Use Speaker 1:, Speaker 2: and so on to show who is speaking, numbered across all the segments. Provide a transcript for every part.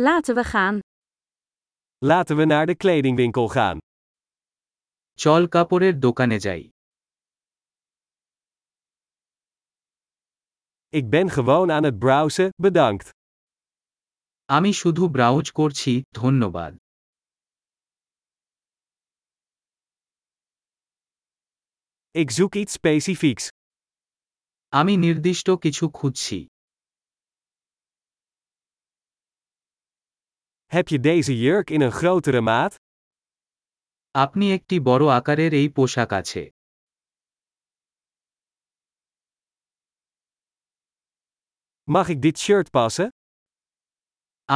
Speaker 1: Laten we gaan.
Speaker 2: Laten we naar de kledingwinkel gaan.
Speaker 3: চল কাপড়ের দোকানে যাই
Speaker 2: Ik ben gewoon aan het browsen, bedankt.
Speaker 3: আমি শুধু ব্রাউজ করছি ধন্যবাদ
Speaker 2: Ik zoek iets specifieks.
Speaker 3: আমি নির্দিষ্ট কিছু খুঁজছি
Speaker 2: Heb je deze jurk in een grotere maat?
Speaker 3: আপনি একটি বড় আকারের এই পোশাক আছে
Speaker 2: Mag ik dit shirt passen?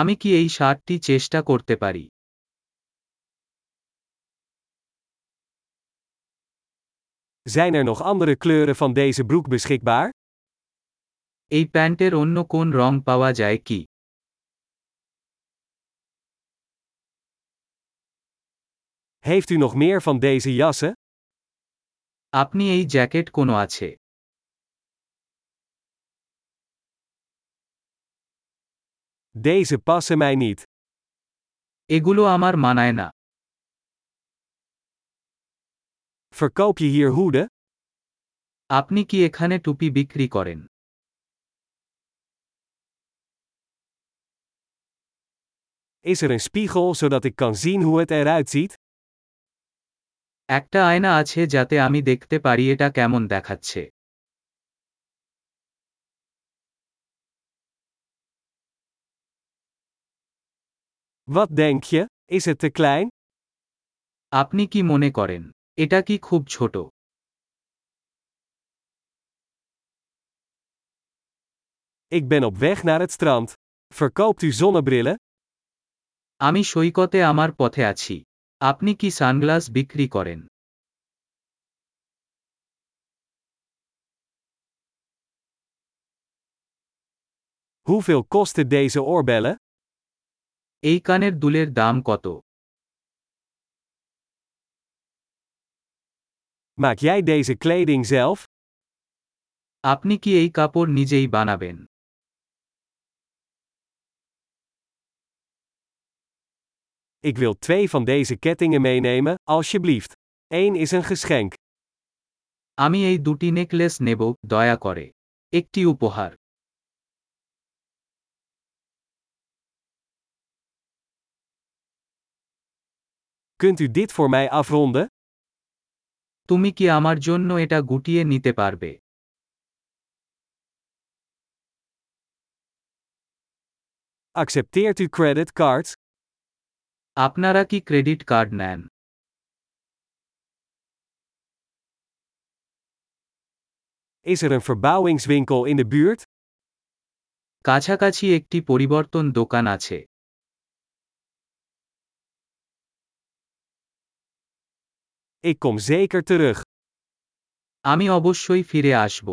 Speaker 3: আমি কি এই শার্টটি চেষ্টা করতে পারি
Speaker 2: Zijn er nog andere kleuren van deze broek beschikbaar?
Speaker 3: এই প্যান্টের অন্য কোন রং পাওয়া যায় কি
Speaker 2: Heeft u nog meer van deze jassen?
Speaker 3: আপনি এই জ্যাকেট কোনো আছে
Speaker 2: Deze passen mij niet.
Speaker 3: এগুলো আমার মানায় না
Speaker 2: Verkoop je hier hoeden?
Speaker 3: আপনি কি এখানে টুপি বিক্রি করেন
Speaker 2: Is er een spiegel zodat ik kan zien hoe het eruit ziet?
Speaker 3: একটা আয়না আছে যাতে আমি দেখতে পারি এটা কেমন দেখাচ্ছে
Speaker 2: Wat denk je? Is het te klein?
Speaker 3: আপনি কি মনে করেন এটা কি খুব ছোট
Speaker 2: Ik ben op weg naar het strand. Verkoopt u zonnebrillen?
Speaker 3: আমি সৈকতে আমার পথে আছি আপনি কি সানগ্লাস বিক্রি করেন
Speaker 2: Hoeveel kosten deze oorbellen?
Speaker 3: এই কানের দুলের দাম কত
Speaker 2: Maak jij deze kleding zelf?
Speaker 3: আপনি কি এই কাপড় নিজেই বানাবেন
Speaker 2: Ik wil twee van deze kettingen meenemen, alsjeblieft. Eén is een geschenk.
Speaker 3: আমি এই দুটি নেকলেস নেব দয়া করে একটি উপহার
Speaker 2: Kunt u dit voor mij afronden?
Speaker 3: তুমি কি আমার জন্য এটা গুটিয়ে নিতে পারবে
Speaker 2: Accepteert u creditcards?
Speaker 3: আপনারা কি ক্রেডিট কার্ড নেন
Speaker 2: Is er een verbouwingswinkel in de buurt?
Speaker 3: কাছাকাছি একটি পরিবর্তন দোকান আছে
Speaker 2: Ik kom zeker terug.
Speaker 3: আমি অবশ্যই ফিরে আসব